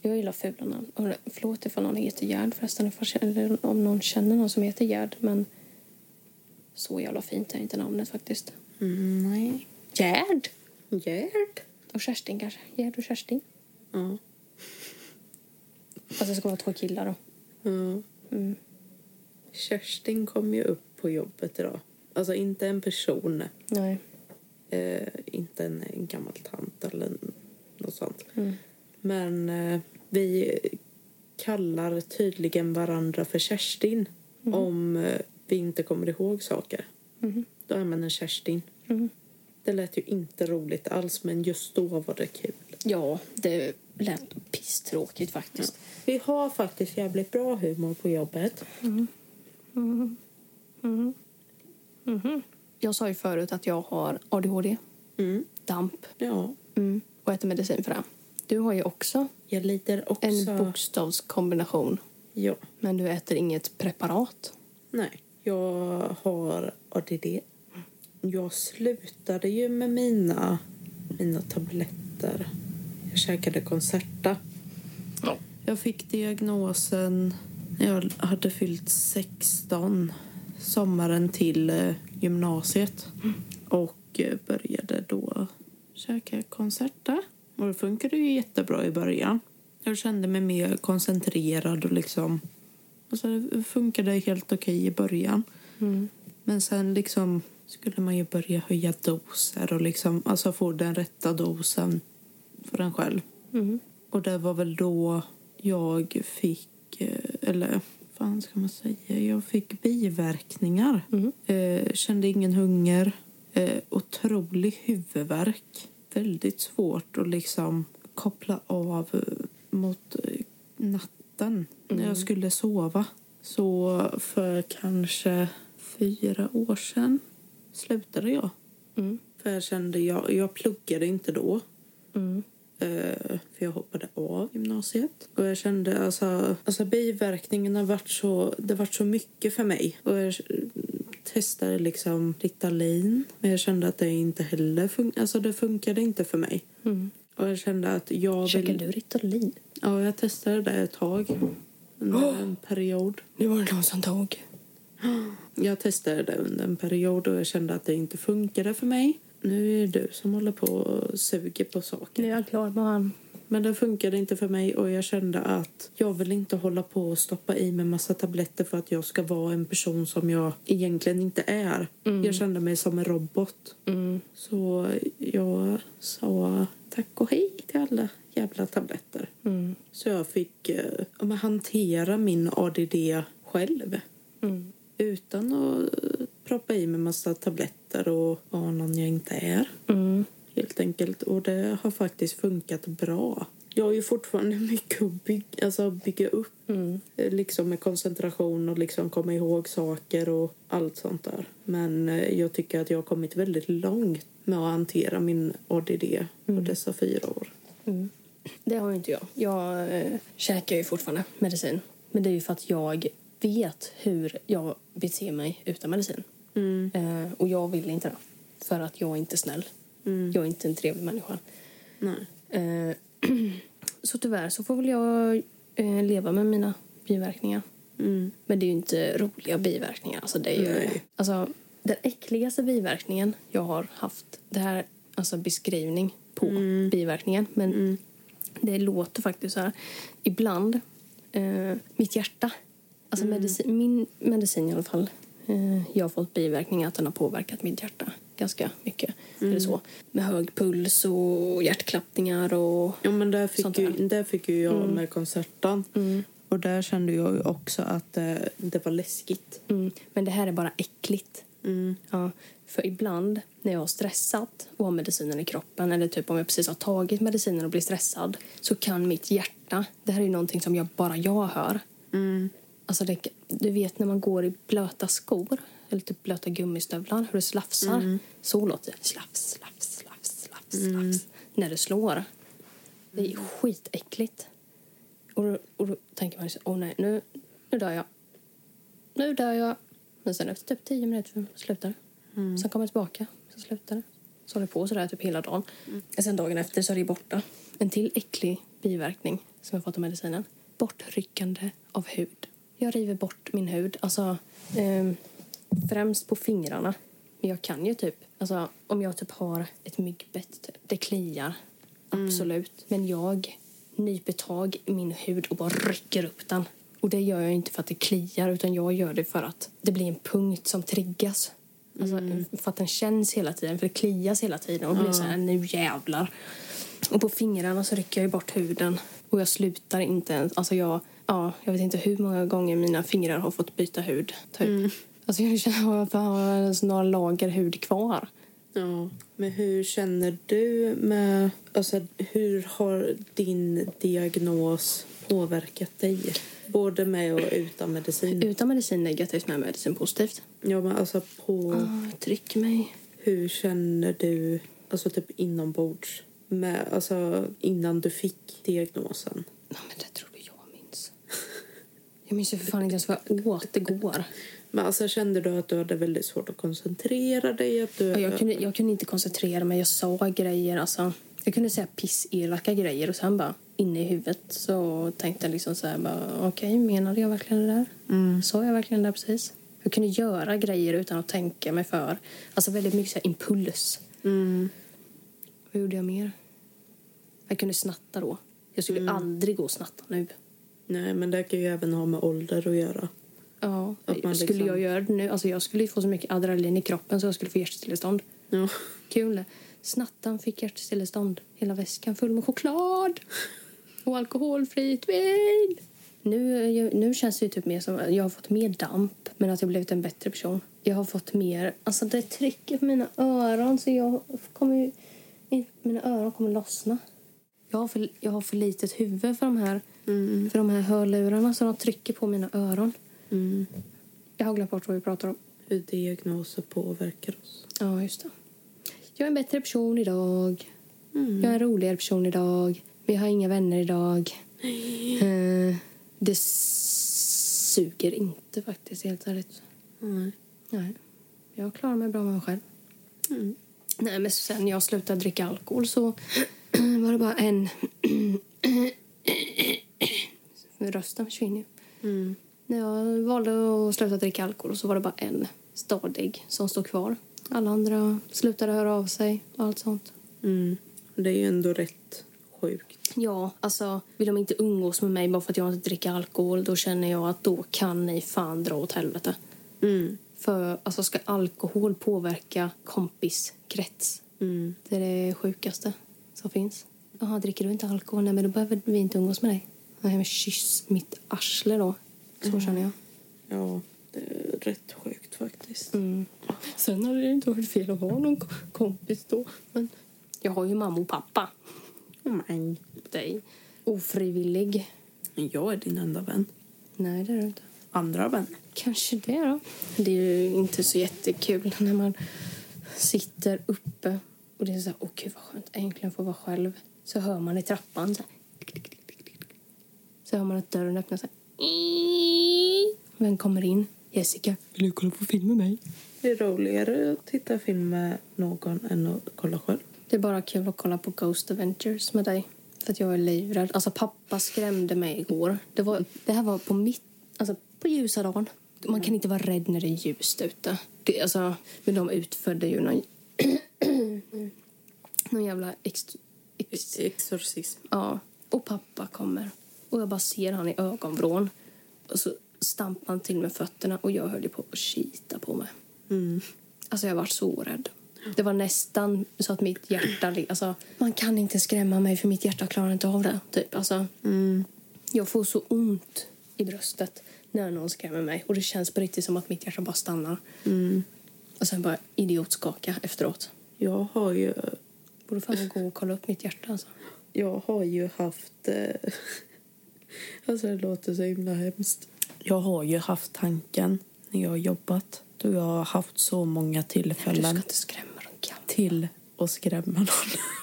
Jag gillar fula namn. Och Förlåt ifall någon heter Gerd förresten, ifall- eller om någon känner någon som heter Gerd, men så jävla fint är inte namnet faktiskt. Mm, nej. Gerd! Gerd. Och Kerstin kanske. Gerd och Kerstin. Ja. Fast det ska vara två killar då. ja. Kerstin kom ju upp på jobbet idag. Alltså inte en person. Nej. Eh, inte en, en gammal tant eller n- något sånt. Men eh, vi kallar tydligen varandra för Kerstin om eh, vi inte kommer ihåg saker. Då använder Kerstin. Det lät ju inte roligt alls, men just då var det kul. Ja, det lät pisstråkigt faktiskt. Vi har faktiskt jävligt bra humor på jobbet. Jag sa ju förut att jag har ADHD, Mm. DAMP Ja, mm. och äter medicin för det. Du har ju också jag lider också... en bokstavskombination, Ja. men du äter inget preparat. Nej, jag har ADD. Jag slutade ju med mina, mina tabletter. Jag käkade Concerta. Jag fick diagnosen när jag hade fyllt 16 sommaren till eh, gymnasiet och eh, började då käka Concerta. Och det funkade ju jättebra i början. Jag kände mig mer koncentrerad och liksom... Alltså det funkade helt okej i början. Men sen liksom skulle man ju börja höja doser och liksom, alltså få den rätta dosen för en själv. Mm. Och det var väl då jag fick, eh, eller vad ska man säga, jag fick biverkningar. Eh, kände ingen hunger, eh, otrolig huvudvärk. Väldigt svårt att liksom koppla av eh, mot eh, natten när jag skulle sova. Så för kanske fyra år sedan slutade jag. För jag kände, jag, jag pluggade inte då. Eh, för jag hoppade av gymnasiet. Och jag kände alltså, alltså biverkningarna vart så, det vart så mycket för mig. Och jag eh, testade liksom Ritalin. Men jag kände att det inte heller fun- alltså det funkade inte för mig. Och jag kände att jag Käkar vill... du Ritalin? Ja, jag testade det ett tag. Under en period. Nu var det någon som tog. Jag testade det under en period och jag kände att det inte funkade för mig. Nu är det du som håller på och suger på saker. Nu är jag klar med han. Men den funkade inte för mig och jag kände att jag vill inte hålla på och stoppa i mig massa tabletter för att jag ska vara en person som jag egentligen inte är. Jag kände mig som en robot. Så jag sa tack och hej till alla jävla tabletter. Så jag fick eh, ja, men hantera min ADD själv. Utan att eh, proppa i mig massa tabletter och vara någon jag inte är. Helt enkelt. Och det har faktiskt funkat bra. Jag har ju fortfarande mycket att bygga, alltså att bygga upp. Eh, Liksom med koncentration och liksom komma ihåg saker och allt sånt där. Men eh, jag tycker att jag har kommit väldigt långt med att hantera min ADD på dessa fyra år. Det har ju inte jag. Jag eh, käkar ju fortfarande medicin. Men det är ju för att jag vet hur jag beter mig utan medicin. Eh, och jag vill inte det. För att jag är inte snäll. Jag är inte en trevlig människa. Nej. Eh, så tyvärr så får väl jag eh, leva med mina biverkningar. Mm. Men det är ju inte roliga biverkningar. Alltså, det är ju, Nej. alltså, den äckligaste biverkningen jag har haft, det här är alltså beskrivning på Mm. biverkningen, men det låter faktiskt så här. Ibland, eh, mitt hjärta, alltså Mm. medicin, min medicin i alla fall, eh, jag har fått biverkningar att den har påverkat mitt hjärta ganska mycket. Mm. Eller så. Med hög puls och hjärtklappningar och... Ja, men där fick, Sånt ju, där. Mm. där fick ju jag med konserten. Och där kände jag ju också att eh, det var läskigt. Mm. Men det här är bara äckligt. Mm. Ja, för ibland när jag har stressat och har medicinen i kroppen eller typ om jag precis har tagit medicinen och blir stressad så kan mitt hjärta, det här är ju någonting som jag, bara jag hör. Alltså det, du vet när man går i blöta skor eller typ blöta gummistövlar, hur det slafsar. Så låter det. Slafs, slafs, slafs, slafs, slafs. När det slår. Det är skitäckligt. Och då, och då tänker man ju så, åh nej, nu, nu dör jag nu dör jag. Men sen efter typ 10 minuter slutar det. Sen kommer jag tillbaka, så slutar det. Så håller jag på sådär typ hela dagen. Sen dagen efter så är det ju borta. En till äcklig biverkning som jag fått av medicinen. Bortryckande av hud. Jag river bort min hud, alltså ehm, främst på fingrarna. Men jag kan ju typ, alltså om jag typ har ett myggbett, typ, det kliar. Absolut. Mm. Men jag nyper tag i min hud och bara rycker upp den. Och det gör jag inte för att det kliar utan jag gör det för att det blir en punkt som triggas. Alltså, För att den känns hela tiden, för det klias hela tiden och det blir så här, nu jävlar. Och på fingrarna så rycker jag ju bort huden och jag slutar inte ens. Alltså jag, ja, jag vet inte hur många gånger mina fingrar har fått byta hud. Typ. Alltså jag känner att jag har ens några lager hud kvar. Ja. Men hur känner du med... Alltså, hur har din diagnos påverkat dig? Både med och utan medicin. Utan medicin negativt, med medicin positivt. Ja, men alltså på... Ah, jag trycker mig. Hur känner du, alltså typ inombords? Med, alltså innan du fick diagnosen. Ja, men det tror du jag minns. Jag minns ju för fan inte ens vad jag åt igår. Men alltså kände du att du hade väldigt svårt att koncentrera dig? Att du, Ja, Jag kunde, jag kunde inte koncentrera mig. Jag sa grejer. Alltså. Jag kunde säga pisselaka grejer och sen bara inne i huvudet så tänkte jag liksom så här bara okej, menade jag verkligen det där? Sa jag verkligen det där precis? Jag kunde göra grejer utan att tänka mig för. Alltså väldigt mycket så här impuls. Mm. Vad gjorde jag mer? Jag kunde snatta då. Jag skulle aldrig gå och snatta nu. Nej, men det kan ju även ha med ålder att göra. Ja, Att man skulle liksom- jag göra det nu? Alltså jag skulle ju få så mycket adrenalin i kroppen så jag skulle få hjärtstillestånd. Ja. Kul. Snattan fick hjärtstillestånd. Hela väskan full med choklad och alkoholfritt vin. Nu, är jag- nu känns det ju typ mer som att jag har fått mer damp, men att jag blivit en bättre person. Jag har fått mer... Alltså det trycker på mina öron så jag kommer ju... Mina öron kommer lossna. Jag har för, jag har för litet huvud för de här, Mm. för de här hörlurarna så de trycker på mina öron. Jag har glömt bort vad vi pratar om. Mm. Hur diagnoser påverkar oss. Ja, just det. Jag är en bättre person idag. Jag är en roligare person idag. Men jag har inga vänner idag. Eh, det suger inte faktiskt, helt ärligt. Nej. Nej. Mm. Jag klarar mig bra med mig själv. Nej, men sen jag slutade dricka alkohol så var det bara en... Rösten försvinner ju. Mm. När jag valde att sluta dricka alkohol så var det bara en stadig som stod kvar. Alla andra slutade höra av sig och allt sånt. Mm. Det är ju ändå rätt sjukt. Ja, alltså vill de inte umgås med mig bara för att jag inte dricker alkohol då känner jag att då kan ni fan dra åt helvete. Mm. För alltså ska alkohol påverka kompiskrets? Mm. Det är det sjukaste som finns. Jaha, dricker du inte alkohol? Nej, men då behöver vi inte umgås med dig. Mm. Nej, men kyss mitt arsle då. Så känner jag. Ja, det är rätt sjukt faktiskt. Mm. Sen hade det inte varit fel att ha någon kompis då. Men jag har ju mamma och pappa. Nej. Dig. Ofrivillig. Men jag är din enda vän. Nej, det är du inte. Andra vän. Kanske det då. Det är ju inte så jättekul när man sitter uppe och det är så här, åh gud vad skönt, äntligen få vara själv. Så hör man i trappan så här, klick, klick, klick, klick, klick. Så hör man att dörren öppnas så här. Vem kommer in? Jessica. Vill du kolla på film med mig? Det är roligare att titta film med någon än att kolla själv. Det är bara kul att kolla på Ghost Adventures med dig. För att jag är livrädd. Alltså pappa skrämde mig igår. Det, var, det här var på mitt, alltså på ljusa dagen. Man kan inte vara rädd när det är ljust ute. Det, alltså, men de utförde ju någon, någon jävla ex, ex, Exorcism. Ja. Och pappa kommer. Och jag bara ser han i ögonvrån. Och så stampar han till med fötterna och jag höll ju på att kita på mig. Mm. Alltså jag var så rädd. Det var nästan så att mitt hjärta... li- Alltså, man kan inte skrämma mig för mitt hjärta klarar inte av det. Typ. Alltså, Jag får så ont i bröstet när någon skrämmer mig. Och det känns på riktigt som att mitt hjärta bara stannar. Mm. Och sen bara idiotskaka efteråt. Jag har ju, Borde fan gå och kolla upp mitt hjärta alltså. jag har ju haft... Eh, alltså det låter så himla hemskt. Jag har ju haft tanken när jag har jobbat. Då jag har haft så många Du ska tillfällen inte skrämma dem kan. till att skrämma någon.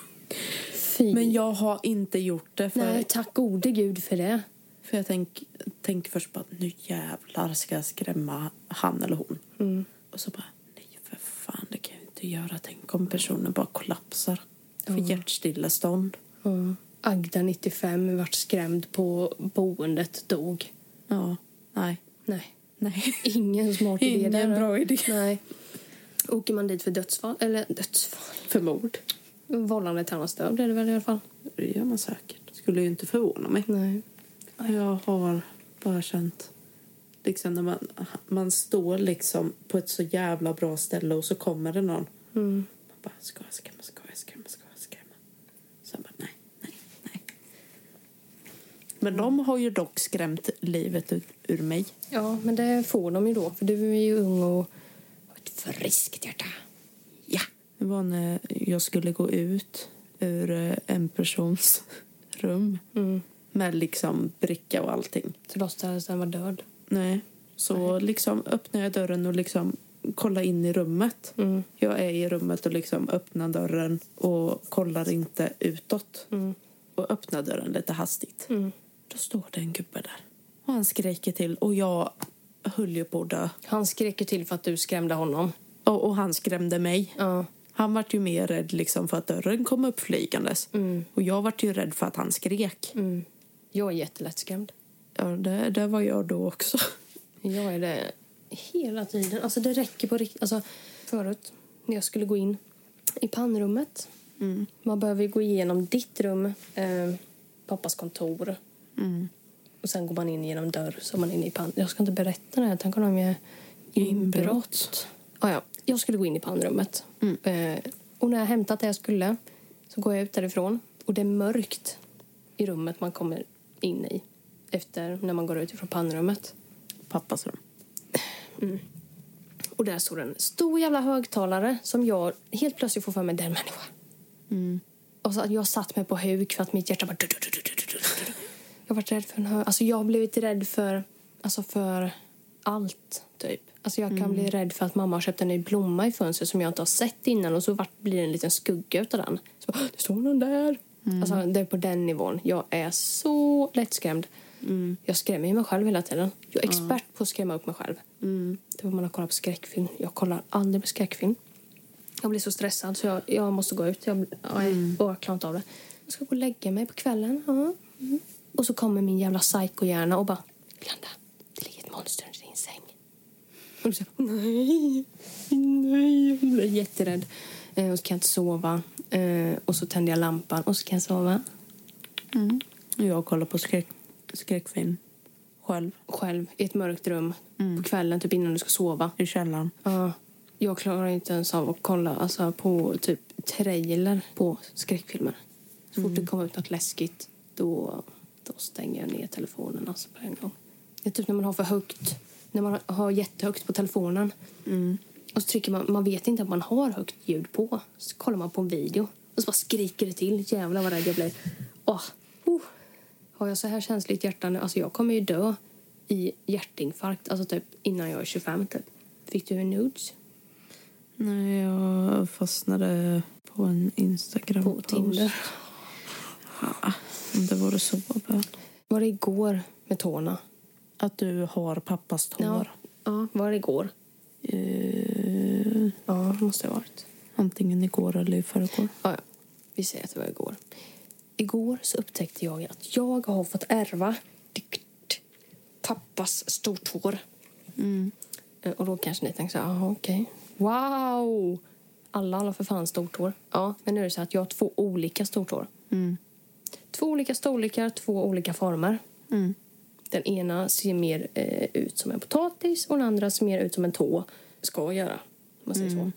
Fy. Men jag har inte gjort det. För Nej, tack gode gud för det. För jag tänk, tänker först bara nu jävlar ska jag skrämma han eller hon. Mm. Och så bara nej för fan det kan jag inte göra. Tänk om personen bara kollapsar. För hjärtstillestånd. Agda, 95, vart skrämd på boendet, dog. Ja, nej. Nej. Nej. Ingen smart idé. Ingen där. bra idé. Nej. Åker man dit för dödsfall, eller dödsfall, för mord. vållande till annans död är det väl i alla fall? Det gör man säkert. Skulle ju inte förvåna mig. Nej. Jag har bara känt liksom när man, man står liksom på ett så jävla bra ställe och så kommer det någon. Man bara ska jag skrämma, ska jag skrämma, ska jag skrämma. Sen bara nej, nej, nej. Men de har ju dock skrämt livet ur, ur mig. Ja, men det får de ju då, för du är ju ung och har ett friskt hjärta. Ja. Det var när jag skulle gå ut ur eh, en persons rum Mm. med liksom bricka och allting. Så låtsades den vara död. Nej. Så liksom öppnar jag dörren och liksom kollar in i rummet. Mm. Jag är i rummet och liksom öppnar dörren och kollar inte utåt. Och öppnar dörren lite hastigt. Då står det en gubbe där. Och han skriker till och jag höll ju på att dö. Han skrek ju till för att du skrämde honom. Och, och han skrämde mig. Ja. Han vart ju mer rädd liksom för att dörren kom upp flygandes. Och jag vart ju rädd för att han skrek. Mm. Jag är jättelättskrämd. Ja, det, det var jag då också. Jag är det hela tiden. Alltså det räcker på riktigt. Alltså, förut när jag skulle gå in i pannrummet. Man behöver ju gå igenom ditt rum, eh, pappas kontor. Mm. Och sen går man in genom dörr så är man inne i pann... Jag ska inte berätta det här. Tänk om de gör inbrott. Ah, ja. Jag skulle gå in i pannrummet. Eh, och när jag hämtat det jag skulle så går jag ut därifrån. Och det är mörkt i rummet man kommer in i efter när man går ut från pannrummet. Pappas rum. Och där står en stor jävla högtalare som jag helt plötsligt får för mig, den människa. Och så att jag satt mig på huk för att mitt hjärta bara... Jag var rädd för en hö... Alltså jag har blivit rädd för, alltså för allt, typ. Alltså jag kan bli rädd för att mamma har köpt en ny blomma i fönstret som jag inte har sett innan och så vart, blir det en liten skugga utav den. Så bara, det står någon där. Alltså det är på den nivån. Jag är så lättskrämd. Jag skrämmer ju mig själv hela tiden. Jag är expert på att skrämma upp mig själv. Det var man har kollat på skräckfilm. Jag kollar aldrig på skräckfilm. Jag blir så stressad så jag, jag måste gå ut. Jag, bl- ja, jag orkar inte av det. Jag ska gå och lägga mig på kvällen. Ja. Mm. Och så kommer min jävla psykohjärna och bara... Glenda, det ligger ett monster under din säng. Och du säger nej, nej. Jag blir jätterädd. Eh, och så kan jag inte sova. Eh, och så tänder jag lampan och så kan jag sova. Jag kollar på skräck, skräckfilm själv Själv, i ett mörkt rum, på kvällen, typ innan du ska sova. i källaren. Ja, jag klarar inte ens av att kolla alltså, på typ trailer på skräckfilmer. Så fort det kommer ut något läskigt då, då stänger jag ner telefonen alltså, på en gång. Det är typ när man har för högt, när man har jättehögt på telefonen. Och så trycker man, man vet inte att man har högt ljud på. Så kollar man på en video och så bara skriker det till. Jävlar vad rädd jag blir. Åh, oh. Har jag så här känsligt hjärta nu? Alltså jag kommer ju dö i hjärtinfarkt, alltså typ innan jag är 25 typ. Fick du en nudes? Nej, jag fastnade på en instagram På Tinder. Ja, om det vore så väl. Var det igår med tårna? Att du har pappas Ja. tår. ja. Var det igår? Eh, Ja, det måste det ha varit. antingen igår eller i förrgår. Ja, ja. vi säger att det var igår. Igår så upptäckte jag att jag har fått ärva pappas stortår. Eh, Och då kanske ni tänker så här, "Jaha, okej. Wow! Alla har för fan stortår. Ja, men nu är det så här att jag har två olika stortår. Två olika storlekar, två olika former. Den ena ser mer eh, ut som en potatis och den andra ser mer ut som en tå. Ska göra, om man säger så.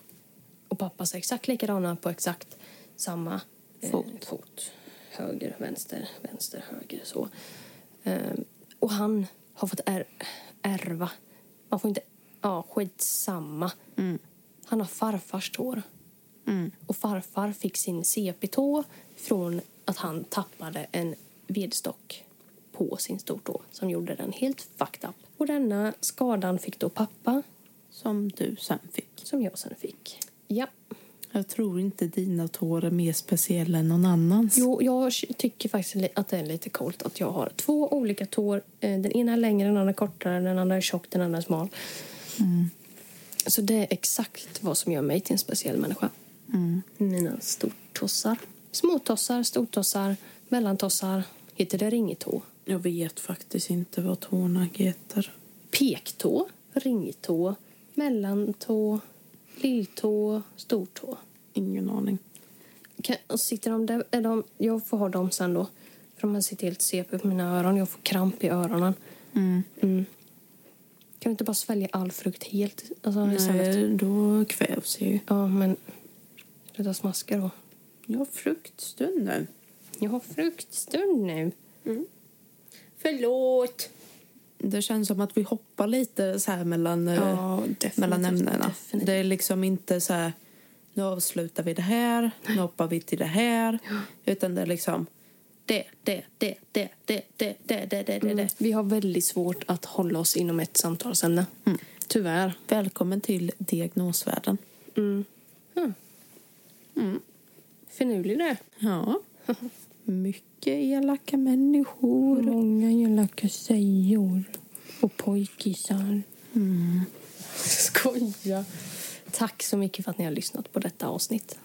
Och pappa ser exakt likadana på exakt samma eh, fot. Höger, vänster, vänster, höger. så. Ehm, och han har fått är, ärva. Man får inte... Ja, skitsamma. Han har farfars tår. Och farfar fick sin CP-tå från att han tappade en vedstock på sin stortå som gjorde den helt fucked up. Och denna skadan fick då pappa, Som du sen fick. som jag sen fick. Ja. Jag tror inte dina tår är mer speciella än någon annans. Jo, jag tycker faktiskt li- att det är lite coolt att jag har två olika tår. Eh, Den ena är längre, den andra är kortare, den andra är tjock, den andra är smal. Så det är exakt vad som gör mig till en speciell människa. Mina stortossar. Småtossar, stortossar, mellantossar. Heter det ringtå? Jag vet faktiskt inte vad tårna heter. Pektå, ringtå, mellantå, lilltå, stortå. Ingen aning. Kan, och sitter de där, är de, jag får ha dem sen då. För de här sitter helt CP på mina öron. Jag får kramp i öronen. Mm. Kan du inte bara svälja all frukt helt? Alltså, istället? Nej, då kvävs jag ju. Ja, men... Sluta smaska då. Jag har fruktstund nu. Jag har fruktstund nu. Förlåt! Det känns som att vi hoppar lite så här mellan, eh, Ja, definitivt, mellan ämnena. definitivt. Det är liksom inte så här... Nu avslutar vi det här, nu hoppar vi till det här. Utan det är liksom... Det, det, det, det, det, det, det, det, det, det. Mm. Vi har väldigt svårt att hålla oss inom ett samtalsämne. Mm. Tyvärr. Välkommen till diagnosvärlden. Finurlig det. Ja. Mycket elaka människor. Många elaka tjejor och pojkisar. Mm. Skoja. Tack så mycket för att ni har lyssnat på detta avsnitt.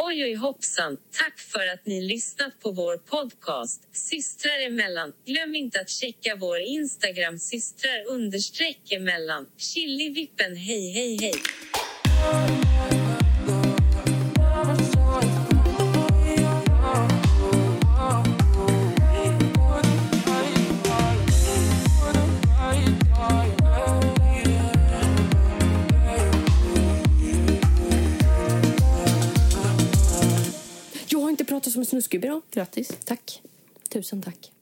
Oj, oj, hoppsan. Tack för att ni lyssnat på vår podcast Systrar emellan. Glöm inte att checka vår Instagram systrar understreck emellan. Chilivippen, hej, hej, hej. Jag har inte pratat som en snuskgubbe idag. Grattis. Tack. Tusen tack.